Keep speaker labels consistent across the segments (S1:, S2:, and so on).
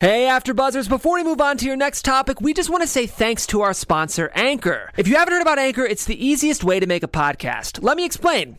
S1: Hey, After Buzzers, before we move on to your next topic, we just want to say thanks to our sponsor, Anchor. If you haven't heard about Anchor, it's the easiest way to make a podcast. Let me explain.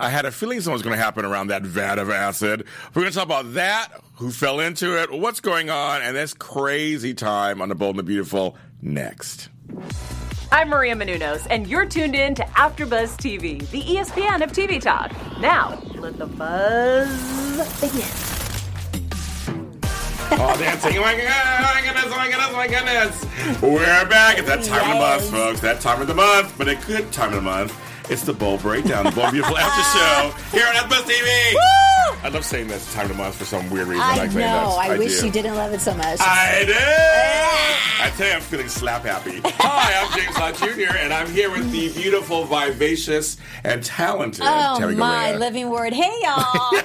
S2: I had a feeling something was going to happen around that vat of acid. We're going to talk about that, who fell into it, what's going on, and this crazy time on the Bold and the Beautiful next.
S3: I'm Maria Menounos, and you're tuned in to AfterBuzz TV, the E ESPN of TV talk. Now, let the buzz begin.
S2: All dancing. Oh my god! Oh my goodness! Oh my goodness! Oh my goodness! We're back. It's that time of the month, folks. That time of the month, but a good time of the month. It's the Bowl Breakdown, the Bowl Beautiful After Show here on FBuzz TV. I love saying this time of the month for some weird reason. I,
S4: I
S2: like saying
S4: know.
S2: this.
S4: I, wish
S2: do.
S4: you didn't love it so much.
S2: I do. I tell you, I'm feeling slap happy. Hi, I'm James Lott Jr., and I'm here with the beautiful, vivacious, and talented
S4: oh
S2: Terry
S4: my
S2: Gorilla.
S4: living word. Hey y'all.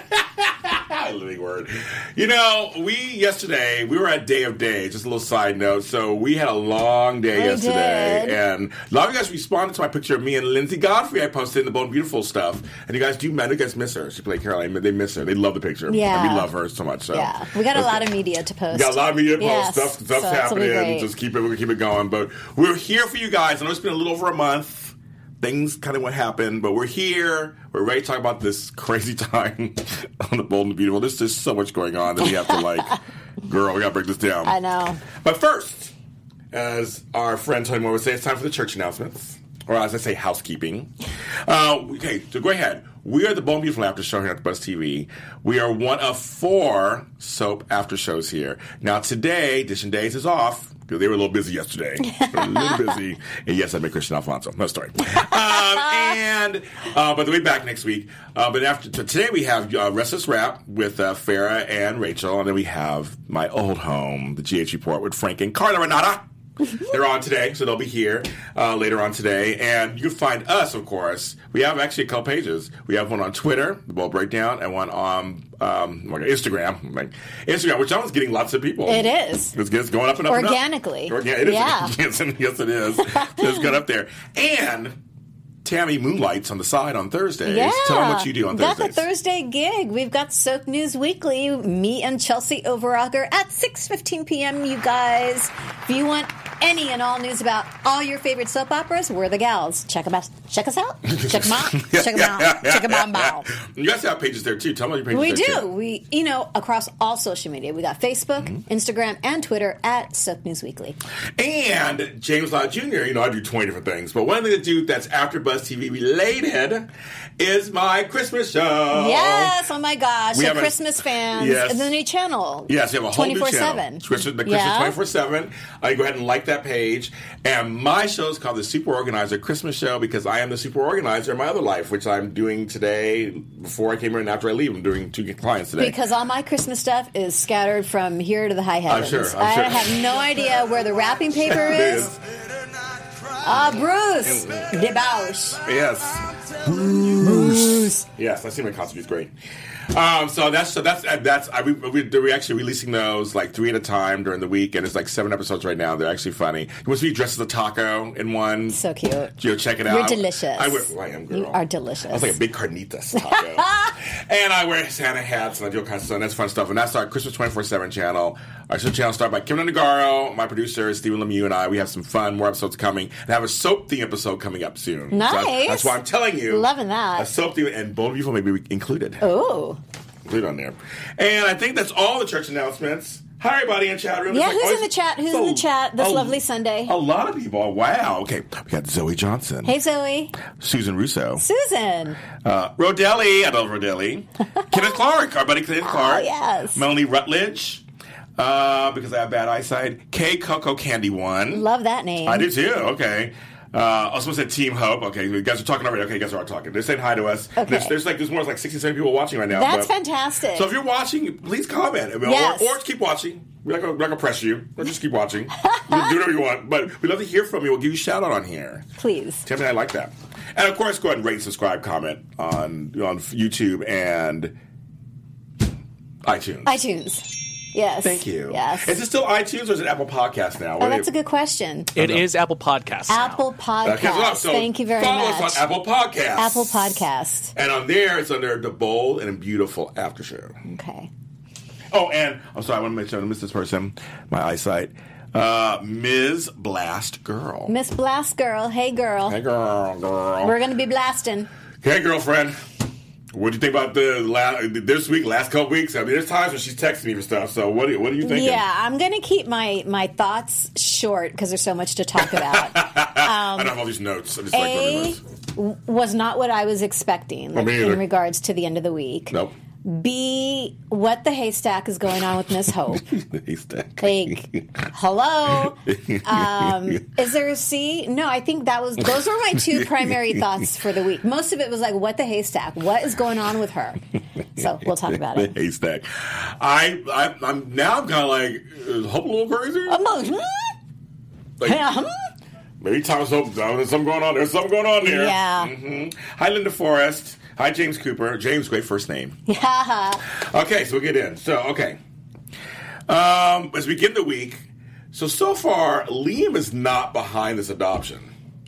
S2: Ah, living word. You know, we yesterday we were at Day of Days. Just a little side note. So we had a long day
S4: We
S2: yesterday,
S4: did.
S2: and a lot of you guys responded to my picture of me and Lindsay Godfrey. I posted in the Bone Beautiful stuff, and you guys do. I know you guys miss her. She played Caroline. They miss her. They love the picture.
S4: Yeah.
S2: and we love her so much. So
S4: yeah. We got a
S2: Let's
S4: lot
S2: go.
S4: of media to post.
S2: We got a lot of media
S4: Yes,
S2: posts. Stuff, stuff's
S4: so this will be
S2: happening.
S4: great.
S2: Just keep it. We're gonna keep it going. But we're here for you guys. I know it's been a little over a month. Things kind of what happened, but we're here. We're ready to talk about this crazy time on the Bold and the Beautiful. There's just so much going on that we have to like, girl, we gotta break this down.
S4: I know.
S2: But first, as our friend Tony Moore would say, it's time for the church announcements, or as I say, housekeeping. Uh, okay, so go ahead. We are the Bone Beautiful After Show here at Buzz TV. We are one of four soap after shows here. Now today, Dish and Days is off because they were a little busy yesterday. They were a little busy, and yes, I met Christian Alfonso. No story. Um, and uh, but they'll be back next week. Uh, but after t- today, we have uh, Restless Rap with uh, Farah and Rachel, and then we have my old home, the GH Report with Frank and Carla Renata. They're on today, so they'll be here uh, later on today. And you can find us, of course. We have actually a couple pages. We have one on Twitter, the Ball Breakdown, and one on um, like Instagram, like Instagram, which I was getting lots of people.
S4: It is.
S2: It's, it's going up and up and up.
S4: Organically.
S2: Orga- it is.
S4: Yeah.
S2: yes, it- yes, it is. it's got up there. And Tammy moonlights on the side on Thursdays.
S4: Yeah.
S2: Tell them what you do on
S4: That's
S2: Thursdays.
S4: a Thursday gig. We've got Soap News Weekly. Me and Chelsea Overacker at 6.15 p.m., you guys. If you want any and all news about all your favorite soap operas, we're the gals. Check 'em out. Check us out. Check them out. Check them out. Check them out. out.
S2: You guys have pages there too. Tell them your pages
S4: We
S2: there
S4: do.
S2: too.
S4: We, you know, across all social media. We got Facebook,
S2: Mm-hmm.
S4: Instagram, and Twitter at Soap News Weekly.
S2: And James Law Jr., you know, I do 20 different things, but one thing to do that's after Buzz TV related is my Christmas show.
S4: Yes, oh my gosh.
S2: We
S4: the
S2: have a-
S4: Christmas fans.
S2: Yes.
S4: And the new channel.
S2: Yes, you have a whole new channel.
S4: 24/7.
S2: Christmas, the
S4: Yeah.
S2: Christmas 24-7. Uh, you go ahead and like that page. And my show is called The Super Organizer Christmas Show because I am the super organizer in my other life, which I'm doing today before I came here and after I leave. I'm doing two clients today.
S4: Because all my Christmas stuff is scattered from here to the high heavens.
S2: sure, I'm sure.
S4: I have no idea where the wrapping paper is. Ah, Bruce Debauche.
S2: Yes. Yes, I see my concert is great. Um, so that's so that's uh, that's I, we, we, we're actually releasing those like three at a time during the week, and it's like seven episodes right now. They're actually funny. You must be dressed as a taco in one.
S4: So cute.
S2: you know, check it
S4: You're
S2: out.
S4: delicious.
S2: I, wear, well, I am girl.
S4: You are delicious.
S2: I was like a big carnitas taco, and I wear Santa hats and I do all kinds of stuff. And that's fun stuff. And that's our Christmas twenty four seven channel. Our show channel started by Kim Nagaro, my producer is Stephen Lemieux, and I. We have some fun. More episodes coming. And I have a soap theme episode coming up soon. So that's-
S4: Nice.
S2: that's why I'm telling you,
S4: Loving that. Oh.
S2: a soap theme and Bold Beautiful may be included.
S4: Ooh.
S2: Included on there. And I think that's all the church announcements. Hi, everybody in chat room.
S4: Yeah,
S2: It's
S4: who's
S2: always-
S4: in the chat? Who's in the chat this
S2: a-
S4: lovely Sunday?
S2: A lot of people. Wow. Okay, we got Zoe Johnson.
S4: Hey, Zoe.
S2: Susan Russo.
S4: Susan.
S2: Uh, Rodelli, I love Rodelli. Kenneth Clark, our buddy Kenneth Clark.
S4: Ah, yes.
S2: Melanie Rutledge, uh, because I have bad eyesight. K. Coco Candy One.
S4: Love that name.
S2: I do too. Okay. Uh, also said Team Hope. Okay, you guys are talking already. Okay, you guys are talking. They're saying hi to us.
S4: Okay.
S2: There's, there's like there's more like 60, 70 people watching right now.
S4: That's
S2: but-
S4: fantastic.
S2: So if you're watching, please comment. I mean,
S4: Yes.
S2: Or, or just keep watching. We're not gonna, we're not gonna press you. Or just keep watching. You can do whatever you want. But we'd love to hear from you. We'll give you a shout out on here.
S4: Please.
S2: Tell me I like that. And of course, go ahead and rate, subscribe, comment on on YouTube and iTunes.
S4: iTunes. Yes.
S2: Thank you.
S4: Yes.
S2: Is it still iTunes or is it Apple Podcast now?
S4: oh, that's a good question.
S5: It is Apple Podcasts. now.
S4: Apple
S2: Uh, 'cause we're up,
S4: Podcast.
S2: so
S4: Thank you very
S2: follow
S4: much.
S2: us on Apple Podcasts.
S4: Apple Podcast.
S2: And on there, it's under the bold and beautiful after show.
S4: Okay.
S2: Oh, and I'm sorry, I want to make sure I don't miss this person. My eyesight, uh, Ms. Blast Girl.
S4: Miss Blast Girl. Hey, girl.
S2: hey, girl, girl.
S4: We're going to be blasting.
S2: Hey, girlfriend. What do you think about the last this week, last couple weeks? I mean, there's times when she's texting me for stuff. So what? do- What are you thinking?
S4: Yeah, I'm going to keep my, my thoughts short because there's so much to talk about.
S2: I
S4: Um,
S2: don't have all these notes. I'm just like running
S4: A
S2: notes.
S4: w- was not what I was expecting like,
S2: me neither.
S4: in regards to the end of the week.
S2: Nope.
S4: B, what the haystack is going on with Miss Hope?
S2: He's that.
S4: Like, hello. Um, is there a C? No, I think that was those were my two primary thoughts for the week. Most of it was like, what the haystack? What is going on with her? So we'll talk about
S2: The
S4: it.
S2: haystack. I, I I'm now I'm kind of like is Hope a little crazy.
S4: Um, hmm?
S2: Like,
S4: Yeah, hmm?
S2: Maybe Thomas Hope. oh, There's something going on. There's something going on there.
S4: Yeah.
S2: hmm Hi, Linda Forrest. Hi, James Cooper. James, great first name.
S4: Yeah.
S2: Okay, so we get in. So okay, um, as we begin the week, so so far Liam is not behind this adoption.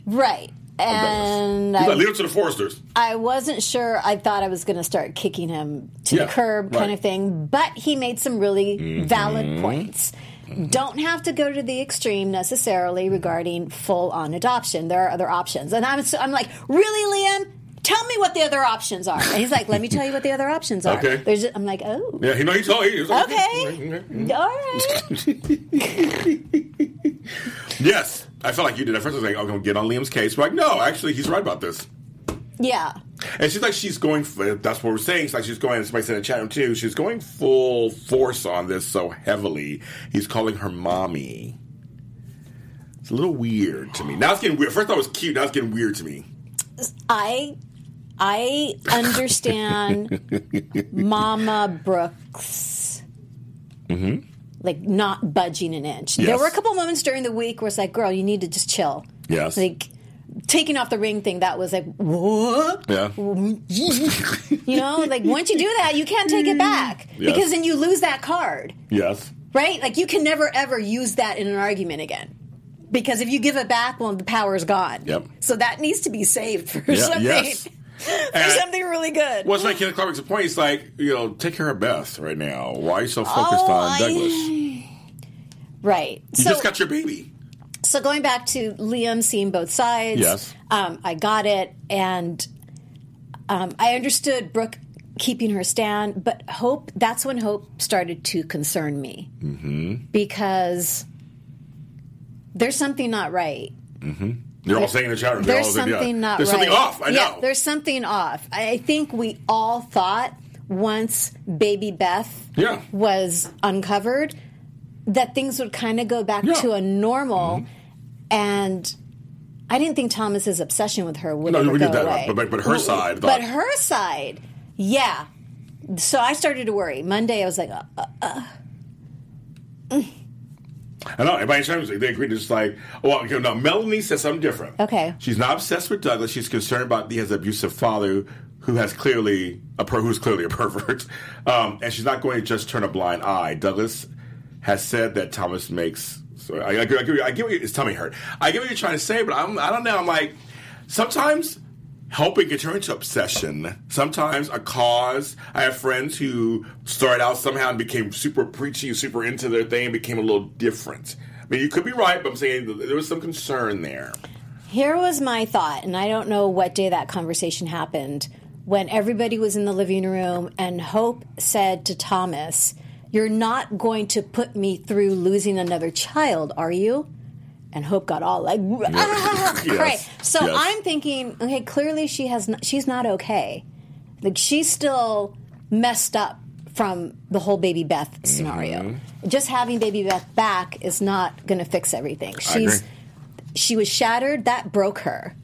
S4: Right. And
S2: He's like, leave
S4: I,
S2: it to the Foresters.
S4: I wasn't sure. I thought I was going to start kicking him to
S2: Yeah,
S4: the curb, kind
S2: right. Mm-hmm.
S4: of thing. But he made some really valid points. Don't have to go to the extreme necessarily regarding full on adoption. There are other options. And I'm, so, I'm like, really, Liam? Tell me what the other options are. And he's like, let me tell you what the other options are.
S2: Okay.
S4: There's, I'm like, oh.
S2: Yeah, he know he's all he was like,
S4: Okay.
S2: Mm-hmm.
S4: All right.
S2: Yes, I felt like you did. At first, I was like, "I'm gonna get on Liam's case." We're like, "No, actually, he's right about this."
S4: Yeah.
S2: And she's like, she's going. That's what we're saying. It's like she's going. Somebody said in chat room too. She's going full force on this so heavily. He's calling her mommy. It's a little weird to me. Now it's getting weird. First, I was cute. Now it's getting weird to me.
S4: I I understand Mama Brooks. Like not budging an inch. There
S2: Mm-hmm. Yes.
S4: were a couple moments during the week where it's like, "Girl, you need to just chill."
S2: Yes.
S4: Like taking off the ring thing. That was like, "What?"
S2: Yeah.
S4: You know, like once you do that, you can't take it back
S2: Yes.
S4: because then you lose that card,
S2: Yes.
S4: right? Like you can never ever use that in an argument again. Because if you give it back, well, the power is gone.
S2: Yep.
S4: So that needs to be saved for
S2: Yeah,
S4: something,
S2: yes.
S4: for
S2: And-
S4: something really good.
S2: Well, it's like Kenneth Clark's point. It's like you know, take care of Beth right now. Why are you so focused
S4: Oh,
S2: on
S4: I-
S2: Douglas? You
S4: Right. so,
S2: just got your baby.
S4: so going back to Liam seeing both sides.
S2: Yes.
S4: Um, I got it, and um, I understood Brooke keeping her stand, but Hope. That's when Hope started to concern me mm-hmm. because there's something not right.
S2: They're all saying in the chat room. they're
S4: There's
S2: all saying, yeah.
S4: something not
S2: There's
S4: right.
S2: something off. I
S4: yeah,
S2: know.
S4: There's something off. I I think we all thought once baby Beth
S2: Yeah.
S4: was uncovered that things would kind of go back
S2: Yeah. Mm-hmm.
S4: to a normal and I didn't think Thomas's obsession with her would
S2: No,
S4: ever
S2: we
S4: go
S2: knew that,
S4: away.
S2: but- but- but her side,
S4: But
S2: like-
S4: her side. Yeah. So I started to worry. Monday I was like, uh, uh,
S2: I know. Everybody in chat room, they agreed. It's like, well, okay, no. Melanie says something different.
S4: Okay.
S2: She's not obsessed with Douglas. She's concerned about his abusive father, who has clearly a per, who's clearly a pervert, um, and she's not going to just turn a blind eye. Douglas has said that Thomas makes. So I, I, I, give you- I get what you, his tummy hurt. I get what you're trying to say, but I'm, I don't know. I'm like, sometimes helping can turn into obsession. Sometimes a cause. I have friends who started out somehow and became super preachy, super into their thing, and became a little different. I mean, you could be right, but I'm saying th- there was some concern there.
S4: Here was my thought, and I don't know what day that conversation happened when everybody was in the living room and Hope said to Thomas, You're not going to put me through losing another child, are you? And Hope got all like, ah,
S2: Yes.
S4: right. So
S2: Yes.
S4: I'm thinking, okay, clearly she has, not, she's not okay. Like she's still messed up from the whole baby Beth
S2: Mm-hmm.
S4: scenario. Just having baby Beth back is not going to fix everything. She's
S2: agree.
S4: she was shattered. That broke her.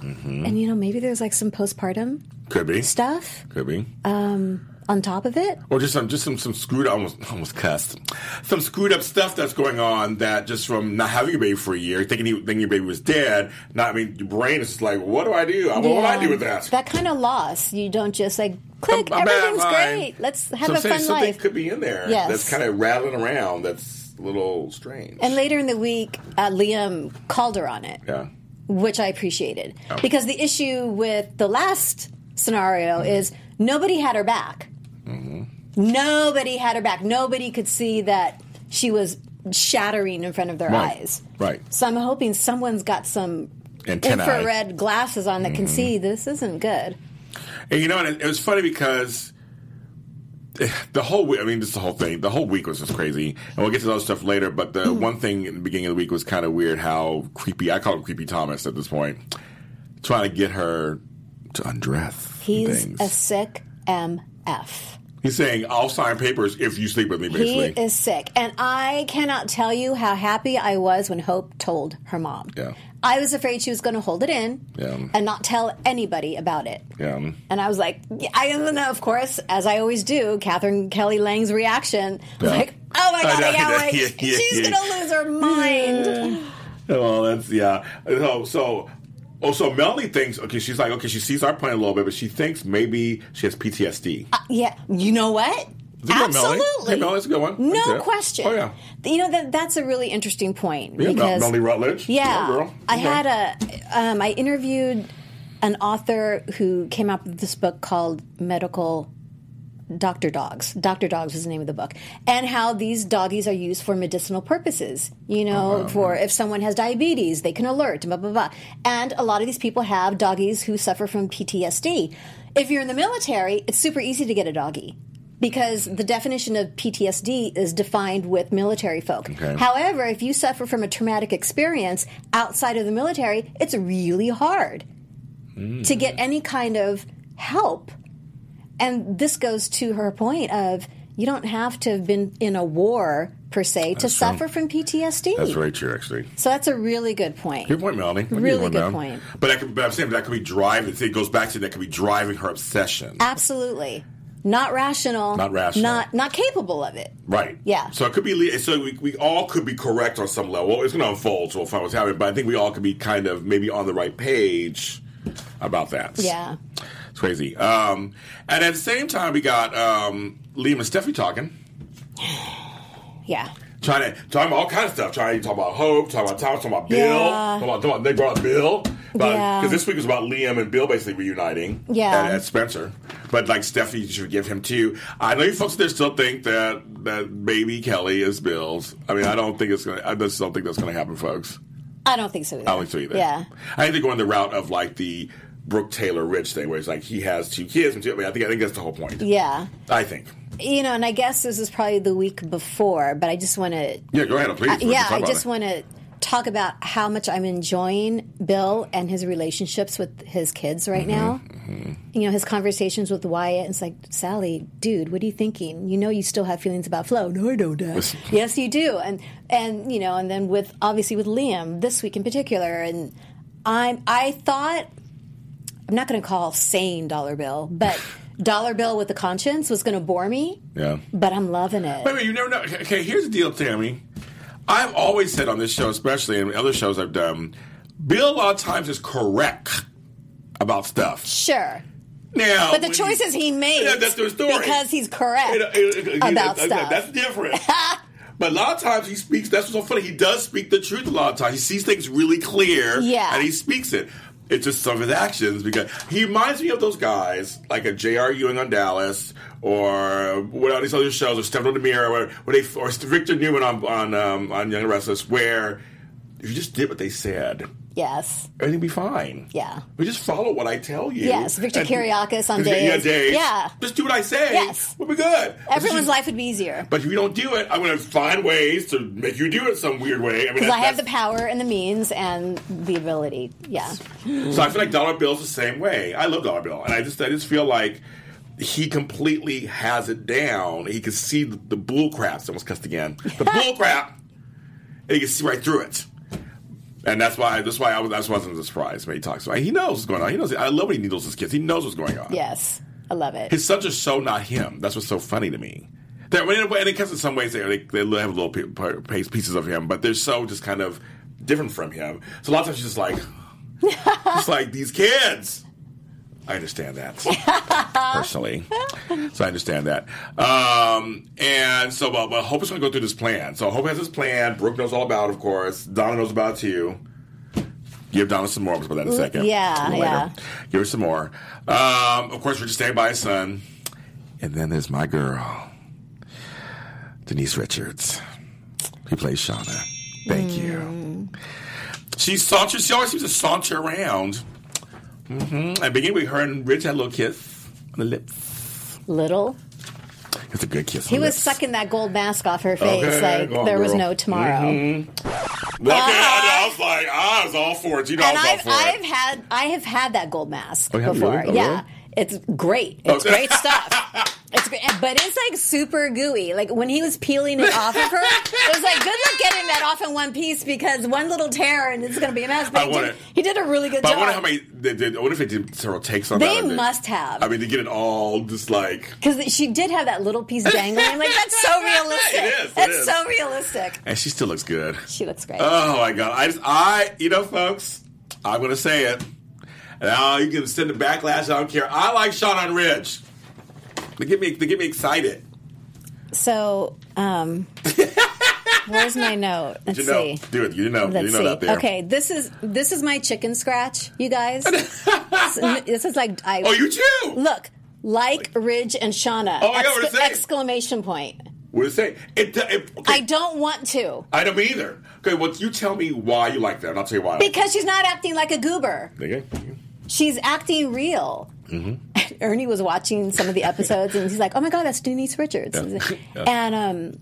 S2: Mm-hmm.
S4: And you know, maybe there's like some postpartum
S2: Could be.
S4: stuff um,
S2: Could be.
S4: on top of it.
S2: or just some just some some screwed up almost almost cussed some screwed up stuff that's going on that just from not having a baby for a year thinking he, thinking your baby was dead not I mean your brain is just like what do I do what do I
S4: Yeah.
S2: do with that
S4: That kind of loss. You don't just like click.
S2: I'm- I'm out of
S4: everything's
S2: line.
S4: great. Let's have
S2: So
S4: a
S2: I'm saying
S4: fun
S2: something
S4: life.
S2: could be in there
S4: Yes.
S2: that's kind of rattling around that's a little strange
S4: and later in the week, uh, Liam called her on it,
S2: yeah
S4: which I appreciated
S2: Oh.
S4: because the issue with the last scenario
S2: Mm-hmm.
S4: is nobody had her back. Nobody had her back. Nobody could see that she was shattering in front of their
S2: Right.
S4: eyes.
S2: Right.
S4: So I'm hoping someone's got some
S2: Antennae. Mm-hmm.
S4: infrared glasses on that can see this isn't good.
S2: And you know, what? it, it was funny because the whole week, I mean, this is the whole thing. The whole week was just crazy. And we'll get to the other stuff later, but
S4: Mm.
S2: the one thing in the beginning of the week was kind of weird how creepy, I call it creepy Thomas at this point, trying to get her to undress. and
S4: He's
S2: things.
S4: a sick MF.
S2: He's saying, I'll sign papers if you sleep with me,
S4: He
S2: basically.
S4: is sick. And I cannot tell you how happy I was when Hope told her mom.
S2: Yeah.
S4: I was afraid she was going to hold it in
S2: Yeah.
S4: and not tell anybody about it.
S2: yeah.
S4: And I was like, yeah, I don't know, of course, as I always do, Catherine Kelly Lang's reaction was
S2: Yeah.
S4: like, oh my God,
S2: know,
S4: I can't
S2: yeah,
S4: wait.
S2: yeah, yeah,
S4: She's
S2: yeah.
S4: going to lose her mind.
S2: Well, that's, yeah. So, so, oh, so Melanie thinks, okay, she's like, okay, she sees our plan a little bit, but she thinks maybe she has PTSD.
S4: Yeah, you know what?
S2: It's a good Melanie.
S4: Absolutely.
S2: Hey, Melanie, that's a good one. That's
S4: No
S2: it.
S4: question.
S2: Oh, yeah.
S4: You know that that's a really interesting point
S2: Yeah, Mel-
S4: because
S2: Melanie Rutledge.
S4: Yeah,
S2: Good girl.
S4: I
S2: Okay.
S4: had a um, I interviewed an author who came out with this book called Medical Doctor Dogs. Doctor Dogs was the name of the book, and how these doggies are used for medicinal purposes. You know,
S2: Uh-huh,
S4: for if someone has diabetes, they can alert. Blah blah blah. And a lot of these people have doggies who suffer from PTSD. If you're in the military, it's super easy to get a doggie. Because the definition of PTSD is defined with military folk.
S2: Okay.
S4: However, if you suffer from a traumatic experience outside of the military, it's really hard to
S2: Hmm.
S4: get any kind of help. And this goes to her point of you don't have to have been in a war per se to suffer from PTSD.
S2: That's very true, actually.
S4: So that's a really good point.
S2: Good point, Melanie. I give you
S4: Really
S2: one
S4: good
S2: down.
S4: point.
S2: But, I could, but I'm saying that could be driving. see, It goes back to that could be driving her obsession.
S4: Absolutely. Not rational.
S2: Not rational.
S4: Not not capable of it.
S2: right.
S4: Yeah.
S2: So it could be. le- So we, we all could be correct on some level. It's going to unfold. So we'll find what's happening. But I think we all could be kind of maybe on the right page about that.
S4: Yeah.
S2: It's crazy. Um, and at the same time, we got um, Liam and Steffi talking.
S4: Yeah.
S2: trying to talking about all kinds of stuff. Trying to talk about hope, talking about Thomas, talking about Bill,
S4: Yeah.
S2: talking about, talking about they brought up Bill. Because
S4: Yeah.
S2: this week was about Liam and Bill basically reuniting.
S4: Yeah.
S2: At, at Spencer, but like Stephanie should give him too. I know you folks there still think that that baby Kelly is Bill's. I mean, I don't think it's gonna. I just don't think that's gonna happen, folks.
S4: I don't think so either.
S2: I don't think so either.
S4: Yeah.
S2: I think they're going the route of like the Brooke Taylor Rich thing, where it's like he has two kids. And two, I, mean, I think I think that's the whole point.
S4: Yeah.
S2: I think.
S4: You know, and I guess this is probably the week before, but I just want to
S2: Yeah, go ahead, please.
S4: Uh,
S2: Let's
S4: yeah,
S2: talk
S4: I
S2: about
S4: just
S2: it.
S4: want to talk about how much I'm enjoying Bill and his relationships with his kids right
S2: Mm-hmm,
S4: now. You know, his conversations with Wyatt. It's like, Sally, dude, what are you thinking? You know, you still have feelings about Flo. No, I don't. Dad." yes, you do. And and you know, and then with obviously with Liam this week in particular. And I'm I thought I'm not going to call sane Dollar Bill, but Dollar Bill with a conscience was going to bore me.
S2: Yeah.
S4: But I'm loving it.
S2: Wait, wait, you never know. Okay, here's the deal, Tammy. I've always said on this show, especially and other shows I've done, Bill a lot of times is correct about stuff.
S4: Sure.
S2: Now,
S4: But the
S2: when
S4: choices he made
S2: Yeah, that's the story.
S4: because he's correct
S2: It- it- it-
S4: about
S2: it-
S4: stuff.
S2: That's different. but a lot of times he speaks. That's what's so funny. He does speak the truth a lot of times. He sees things really clear.
S4: Yeah.
S2: and he speaks it. It's just some of his actions because he reminds me of those guys like a J.R. Ewing on Dallas or what are these other shows or Stephen on the Mirror where, where they or Victor Newman on on um, on Young and Restless where if you just did what they said
S4: yes.
S2: everything be fine.
S4: Yeah.
S2: We just follow what I tell you.
S4: Yes, Victor
S2: And-
S4: Kiriakis on
S2: Yeah,
S4: Days.
S2: Days.
S4: Yeah.
S2: Just do what I say.
S4: Yes.
S2: We'll be good.
S4: Everyone's
S2: But
S4: life would be easier.
S2: But if you don't do it, I'm going to find ways to make you do it some weird way. I mean,
S4: Because I have the
S2: that's-
S4: power and the means and the ability. Yeah.
S2: So I feel like Dollar Bill's the same way. I love Dollar Bill, and I just I just feel like he completely has it down. He can see the, the bull crap. Someone's cussed again. The bull crap. And he can see right through it. And that's why that's why I was that wasn't a surprise when he talks about. it. He knows what's going on. He knows. I love when he needles his kids. He knows what's going on.
S4: Yes, I love it.
S2: His sons are so not him. That's what's so funny to me. That and it- and it comes in some ways they they, they have little pe- pe- pe- pieces of him, but they're so just kind of different from him. So a lot of times she's just like, it's like these kids. I understand that personally, so I understand that. Um, and so, but, but Hope is going to go through this plan. So Hope has his plan. Brooke knows all about, it, of course. Donna knows about it too. Give Donna some more. I'll about that in a second.
S4: Mm,
S2: A
S4: yeah,
S2: little later.
S4: yeah.
S2: Give her some more. Um, of course, we're just staying by his son. And then there's my girl, Denise Richards, who plays Shauna. Thank
S4: Mm.
S2: you. She saunters. She always seems to saunter around. hmm And beginning with her and Rich had a little kiss on the lips.
S4: Little.
S2: It's a good kiss.
S4: He was sucking that gold mask off her face
S2: Okay,
S4: like
S2: go on,
S4: there was
S2: girl. Mm-hmm.
S4: no tomorrow.
S2: Look at I was like, I was all for it. You know,
S4: And
S2: I was
S4: I've,
S2: all for it.
S4: I've had I have had that gold mask
S2: Oh, you have?
S4: before.
S2: Really? Oh,
S4: yeah,
S2: really?
S4: it's great. It's
S2: Oh.
S4: great stuff. It's great, but it's like super gooey. Like when he was peeling it off of her, it was like good luck getting that off in one piece because one little tear and it's going to be a mess. But
S2: I
S4: he,
S2: want
S4: did,
S2: it.
S4: he did a really good
S2: But I
S4: job.
S2: wonder how many. They, they, I wonder if they did several takes on
S4: They
S2: that. one.
S4: must have.
S2: I mean, to get it all just like.
S4: because she did have that little piece dangling. Like that's so realistic.
S2: It is, it
S4: that's
S2: is.
S4: so realistic.
S2: And she still looks good.
S4: She looks great.
S2: Oh my god! I just, I, you know, folks, I'm gonna say it. And now you can send a backlash. I don't care. I like Sean on Ridge. They get me. They get me excited.
S4: so, um, where's my note? Let's
S2: You know,
S4: see.
S2: do it. You know,
S4: Let's
S2: you know
S4: see.
S2: that there.
S4: Okay, this is this is my chicken scratch, you guys. this is like I
S2: Oh, you too.
S4: look like Ridge and Shauna.
S2: Oh my God, what is that?
S4: exclamation point!
S2: What is it say? It. it okay.
S4: I don't want to
S2: I don't either. Okay, well, you tell me why you like that, and I'll tell you why. I like
S4: because she's not acting like a goober.
S2: it. okay.
S4: She's acting real.
S2: Mm-hmm.
S4: Ernie was watching some of the episodes and he's like, "Oh my God, that's Denise Richards,"
S2: Yeah. Yeah.
S4: and um,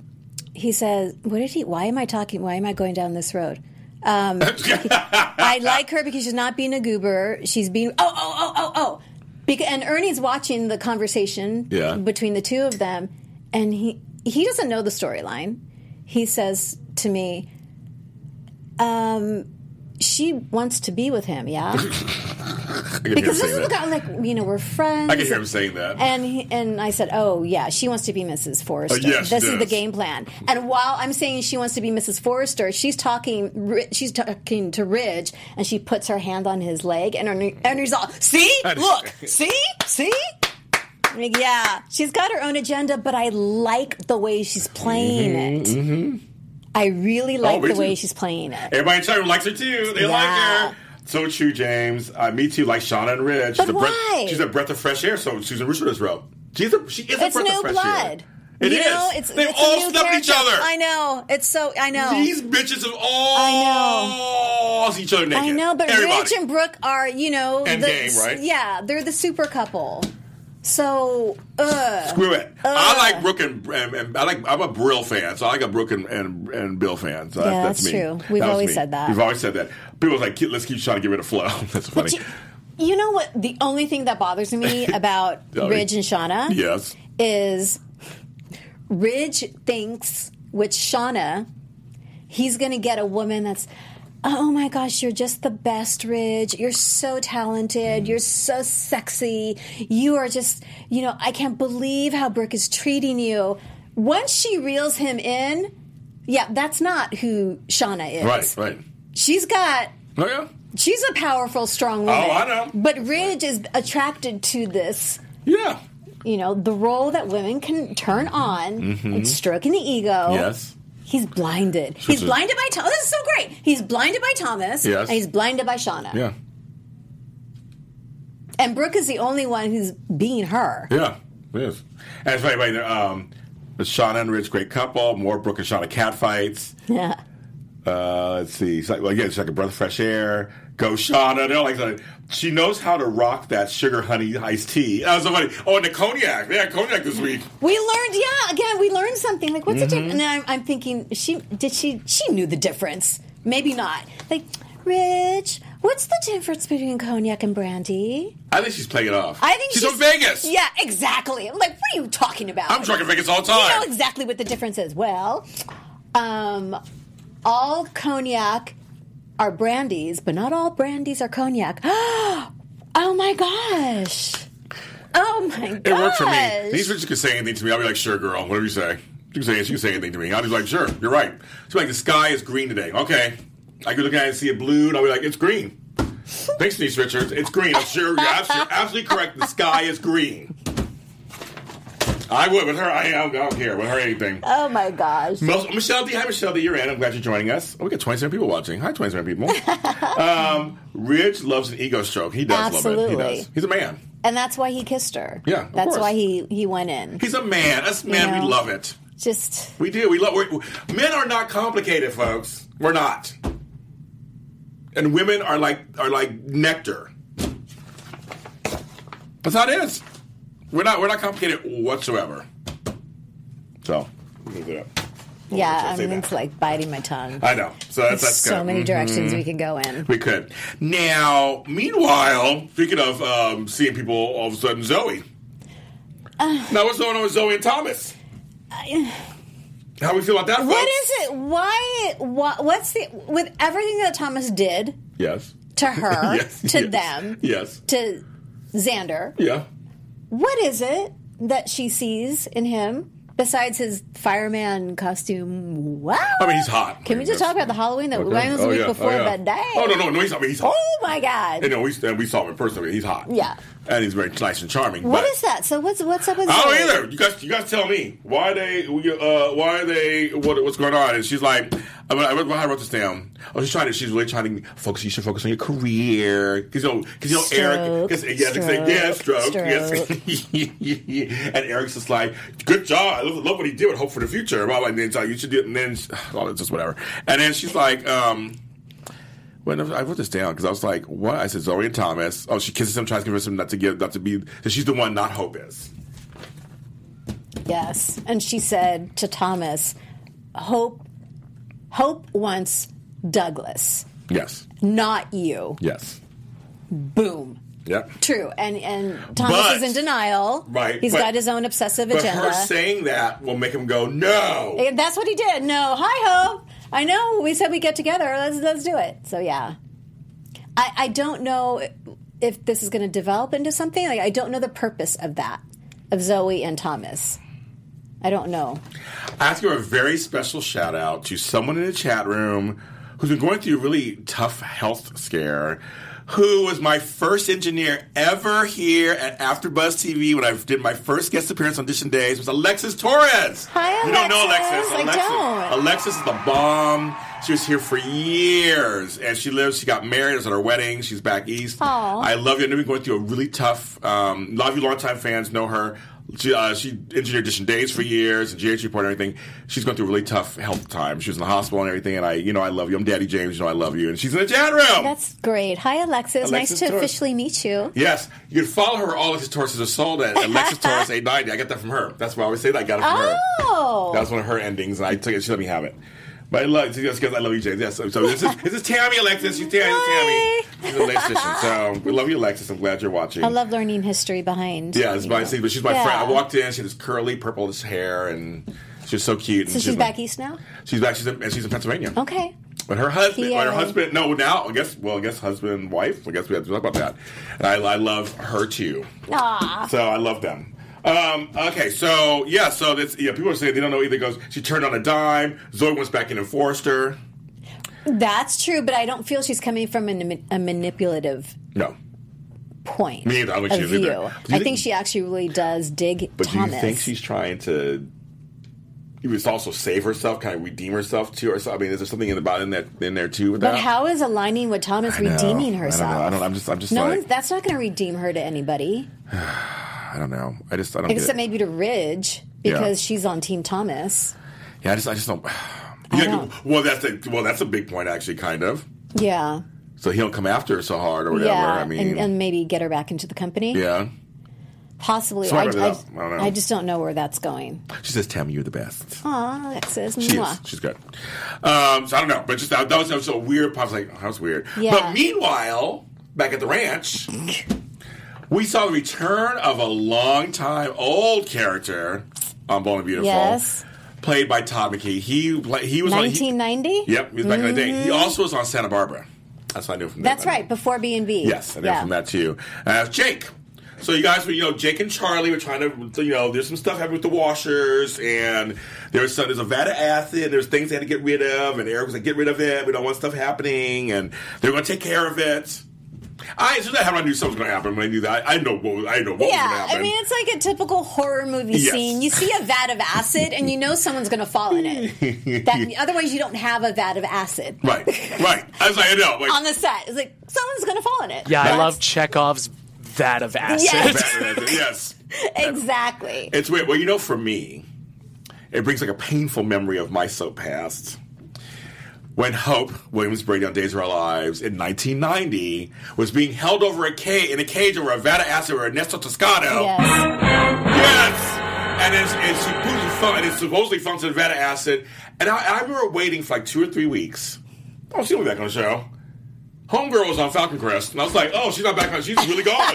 S4: he says, "What did he? Why am I talking? Why am I going down this road?" Um, I like her because she's not being a goober. She's being oh oh oh oh oh. Because, and Ernie's watching the conversation
S2: Yeah.
S4: between the two of them, and he he doesn't know the storyline. He says to me, um, "She wants to be with him, yeah."
S2: I can hear him
S4: because this
S2: saying
S4: is the
S2: that.
S4: guy like you know we're friends.
S2: I can hear him saying that.
S4: And he, and I said, "Oh yeah, she wants to be Mrs. Forrester.
S2: Uh, yes, she
S4: this is the
S2: does.
S4: game plan." And while I'm saying she wants to be Mrs. Forrester, she's talking. Ri- She's talking to Ridge, and she puts her hand on his leg, and Ernie, Ernie's all, "See,
S2: I just-
S4: look, see, see." I'm like, Yeah, she's got her own agenda, but I like the way she's playing it. I really like
S2: Mm-hmm, Oh, me
S4: the way
S2: too.
S4: she's playing it.
S2: Everybody in China likes her too. They like
S4: Yeah.
S2: her. So true, James. Uh, me too. Like Shauna and Rich.
S4: But
S2: she's, a
S4: why?
S2: Breath, she's a breath of fresh air. So Susan Richards wrote. She's a she is a
S4: It's
S2: breath
S4: new
S2: of fresh
S4: blood.
S2: air. It
S4: you
S2: is.
S4: Know, it's,
S2: They've
S4: it's a
S2: all
S4: new
S2: snubbed each
S4: character.
S2: other.
S4: I know. It's so. I know.
S2: These bitches have all
S4: I
S2: know. each other naked.
S4: I know, but
S2: Everybody.
S4: Rich and Brooke are, you know,
S2: End
S4: the,
S2: game, right?
S4: Yeah, they're the super couple. So, uh,
S2: Screw it. I like Brooke and, and, and I like. I'm a Brill fan, so I like a Brooke and, and, and Bill fan. So that-
S4: Yeah,
S2: that's,
S4: that's
S2: me.
S4: true. We've
S2: That was
S4: always
S2: me.
S4: said that.
S2: We've always said that. People are like, "Keep- let's keep trying to get rid of Flo. that's funny.
S4: you, you know what? The only thing that bothers me about
S2: Oh,
S4: Ridge and Shauna
S2: yes.
S4: is Ridge thinks with Shauna, he's going to get a woman that's, oh my gosh, you're just the best, Ridge. You're so talented. You're so sexy. You are just, you know, I can't believe how Brooke is treating you. Once she reels him in, yeah, that's not who Shauna is.
S2: Right. Right.
S4: She's got
S2: Oh yeah.
S4: she's a powerful, strong woman.
S2: Oh, I know.
S4: But Ridge is attracted to this
S2: Yeah.
S4: you know, the role that women can turn on, like stroking the ego.
S2: Mm-hmm. Yes.
S4: He's blinded. He's
S2: is-
S4: blinded by Thomas. This is so great. He's blinded by Thomas.
S2: Yes.
S4: And he's blinded by Shauna.
S2: Yeah.
S4: And Brooke is the only one who's being her.
S2: Yeah. It is. And it's funny, right there, um, the Shauna and Rich, great couple. More Brooke and Shauna catfights.
S4: Yeah.
S2: Uh, let's see. It's like, well, again, it's like a breath of fresh air. Go Shauna. They're all like, like, she knows how to rock that sugar honey iced tea. That was so funny. Oh, and the cognac. They had cognac this week.
S4: We learned, yeah, again, we learned something. Like, what's the
S2: Mm-hmm.
S4: difference? And I'm, I'm thinking, she did she, she knew the difference. Maybe not. Like, Rich, what's the difference between cognac and brandy?
S2: I think she's playing it off.
S4: I think
S2: she's, from Vegas.
S4: Yeah, exactly. I'm like, what are you talking about?
S2: I'm drunk in Vegas all the
S4: You
S2: time.
S4: know exactly what the difference is. Well, um, all cognac are brandies, but not all brandies are cognac. oh my gosh. Oh my gosh.
S2: It worked for me. These bitches can say anything to me. I'll be like, sure, girl, whatever you say. You can say yes, you can say anything to me. I'll be like, sure, you're right. So like, the sky is green today. Okay. I could look at it and see it blue, and I'll be like, it's green. Thanks, Denise Richards. It's green. I'm sure you're abs- you're absolutely correct. The sky is green. I would with her. I, I don't- I don't care with her anything.
S4: Oh my gosh.
S2: Most, Michelle D. Hi, Michelle D. You're in. I'm glad you're joining us. Oh, we got 27 people watching. Hi, 27 people. um, Rich loves an ego stroke. He does love it.
S4: Absolutely.
S2: He does. He's a man.
S4: And that's why he kissed her.
S2: Yeah, of
S4: That's
S2: course.
S4: why he, he went in.
S2: He's a man. Us men,
S4: Yeah.
S2: we love it.
S4: Just
S2: We do. We love. We're, men are not complicated, folks. We're not. And women are like are like nectar. That's how it is. We're not. We're not complicated whatsoever. So move it up.
S4: yeah,
S2: I
S4: I
S2: say
S4: mean
S2: that?
S4: it's like biting my tongue.
S2: I know. So that's that's
S4: so
S2: good. Mm,
S4: many directions we can go in.
S2: We could. Now, meanwhile, speaking of um, seeing people, all of a sudden, Zoe.
S4: Uh.
S2: now, what's going on with Zoe and Thomas? How we feel about that?
S4: What is it? Why? What, what's the with everything that Thomas did
S2: Yes.
S4: to her,
S2: Yes,
S4: to
S2: yes,
S4: them,
S2: yes.
S4: to Xander?
S2: Yeah.
S4: What is it that she sees in him besides his fireman costume? Wow!
S2: I mean, he's hot.
S4: Can we just talk about the Halloween that
S2: Okay.
S4: we went was the
S2: Oh,
S4: week
S2: yeah.
S4: before?
S2: Oh, yeah.
S4: But dang!
S2: Oh, no, no, no. He's, I mean, he's hot.
S4: Oh my god!
S2: And, no, we, and we saw him in person. I mean, he's hot.
S4: Yeah.
S2: And he's very nice and charming.
S4: What
S2: but-
S4: is that? So what's what's up with?
S2: I
S4: Zoe?
S2: don't either. You guys, you guys tell me why they, uh, why they, what, what's going on? And she's like, I, mean, I, wrote, I wrote this down. Oh, she's trying to, she's really trying to focus. You should focus on your career because you know, because you know, Eric,
S4: Stroke,
S2: because yes, stroke, yes, stroke,
S4: stroke.
S2: yes. and Eric's just like, good job. I love, love what he did. with Hope for the future. Blah blah. And then it's like, uh, you should do it. And then all it's just whatever. And then she's like, um. When I I wrote this down because I was like, "What?" I said, "Zoe and Thomas." Oh, she kisses him, tries to convince him not to give, not to be. That she's the one, not Hope is.
S4: Yes, and she said to Thomas, "Hope, hope wants Douglas,
S2: Yes.
S4: not you."
S2: Yes.
S4: Boom.
S2: Yep.
S4: True, and and Thomas
S2: But-
S4: is in denial.
S2: Right,
S4: he's
S2: but-
S4: got his own obsessive
S2: But her
S4: agenda.
S2: saying that will make him go, no.
S4: And that's what he did. No, hi Hope. I know we said we get together. Let's let's do it. So yeah, I I don't know if this is going to develop into something. Like I don't know the purpose of that of Zoe and Thomas. I don't know.
S2: I have to give a very special shout out to someone in the chat room who's been going through a really tough health scare. Who was my first engineer ever here at AfterBuzz TV when I did my first guest appearance on Audition Days was Alexis Torres.
S4: Hi,
S2: You don't know Alexis.
S4: Alexis. I
S2: Alexis,
S4: don't.
S2: Alexis is the bomb. She was here for years, and she lives. She got married. I was at her wedding. She's back east.
S4: Aw.
S2: I love you. I know you're going through a really tough. Um, a lot of you longtime fans know her. She, uh, she engineered Edition Days for years, and GH Report and everything. She's going through a really tough health time. She was in the hospital and everything. And I, you know, I love you. I'm Daddy James. You know, I love you. And she's in the chat room.
S4: That's great. Hi Alexis.
S2: Alexis
S4: nice to
S2: Torres.
S4: officially meet you.
S2: Yes, you can follow her. All Alexis Torres is sold at Alexis Torres 890. I got that from her. That's why I always say that. I got it from
S4: Oh.
S2: her. That was one of her endings, and I took it. She let me have it. But I love because I love you, James. Yes. So so this is this is Tammy Alexis. She's Tammy.
S4: Hi.
S2: She's Tammy. She's an electrician. So we love you, Alexis. I'm glad you're watching.
S4: I love learning history behind.
S2: Yeah, it's
S4: you
S2: my
S4: know.
S2: scene, but she's my
S4: Yeah.
S2: friend. I walked in. She had this curly, purplish hair, and she was so cute. And
S4: So she's
S2: my-
S4: back Oh. east now.
S2: She's back. She's in, and she's in Pennsylvania.
S4: Okay.
S2: But her husband, but her
S4: PA.
S2: husband, no, now I guess, well, I guess husband, and wife. I guess we have to talk about that. And I, I love her too.
S4: Ah.
S2: So I love them. Um, okay, so yeah, so that's yeah. People are saying they don't know either. Goes she turned on a dime. Zoe went back in and forced her.
S4: That's true, but I don't feel she's coming from a, ma- a manipulative
S2: No,
S4: point
S2: Me neither. I don't think
S4: of
S2: she is
S4: view.
S2: either.
S4: I
S2: Do you thi-
S4: think she actually really does dig
S2: but
S4: Thomas.
S2: do you think she's trying to? She was also save herself, kind of redeem herself too. Or so- I mean, is there something in the bottom that in there too with
S4: but
S2: that?
S4: how is aligning with Thomas
S2: I know.
S4: redeeming
S2: I don't
S4: herself?
S2: know. I don't. I'm just. I'm just
S4: no
S2: like.
S4: one's, that's not going to redeem her to anybody,
S2: I don't know. I just. I don't. Get
S4: except
S2: it.
S4: maybe to Ridge because she's on Team Thomas.
S2: Yeah. I just. I just don't. Yeah,
S4: I don't.
S2: Well, that's a, well, that's a big point actually, kind of.
S4: Yeah,
S2: So he don't come after her so hard or whatever.
S4: yeah,
S2: I mean,
S4: and, and maybe get her back into the company.
S2: yeah.
S4: possibly.
S2: Sorry
S4: I,
S2: about
S4: I-
S2: that. I don't know.
S4: I just don't know where that's going.
S2: She says, "Tammy, you're the best."
S4: Aw, Alexis,
S2: She is.
S4: mwah.
S2: She's good. Um, so I don't know, but just that, that was, that was so weird. I was like, oh, that was weird.
S4: Yeah.
S2: But meanwhile, back at the ranch, we saw the return of a long time old character on Bold and Beautiful.
S4: Yes.
S2: played by Todd McKee. He play, he was on. he-
S4: 1990?
S2: Yep, he was back in the day. He also was on Santa Barbara. That's what I knew from
S4: Mm-hmm. That's
S2: that.
S4: right, before B&B.
S2: Yes, I knew from that too. Uh, Jake. So you guys were, you know, Jake and Charlie were trying to, you know, there's some stuff happening with the washers, and there was some, there's a vat of acid, there's things they had to get rid of, and Eric was like, get rid of it, we don't want stuff happening, and they're going to take care of it. I, as soon as that happened, I knew something was going to happen. When I knew that, I, I know what, I know what was going to
S4: Yeah,
S2: happen.
S4: I mean, it's like a typical horror movie
S2: Yes.
S4: scene. You see a vat of acid, and you know someone's going to fall in it. That, otherwise, you don't have a vat of acid.
S2: right, right. I was like, I know. Like,
S4: On the set, it's like someone's going to fall in it.
S5: Yeah, I
S4: That's-
S5: love Chekhov's vat of acid.
S4: Yes.
S2: vat of acid, yes.
S4: Exactly.
S2: It's weird. Well, you know, for me, it brings like a painful memory of my soap past. When Hope Williams Brady on Days of Our Lives in 1990 was being held over a cage in a cage over a vat of acid or Ernesto Toscano.
S4: Yes.
S2: Yes! And it's, it's supposedly fun, and it's supposedly fun to Nevada acid. And I, I remember waiting for like two or three weeks. Oh, she'll be back on the show. Homegirl was on Falcon Crest, and I was like, oh, she's not back on. She's really gone.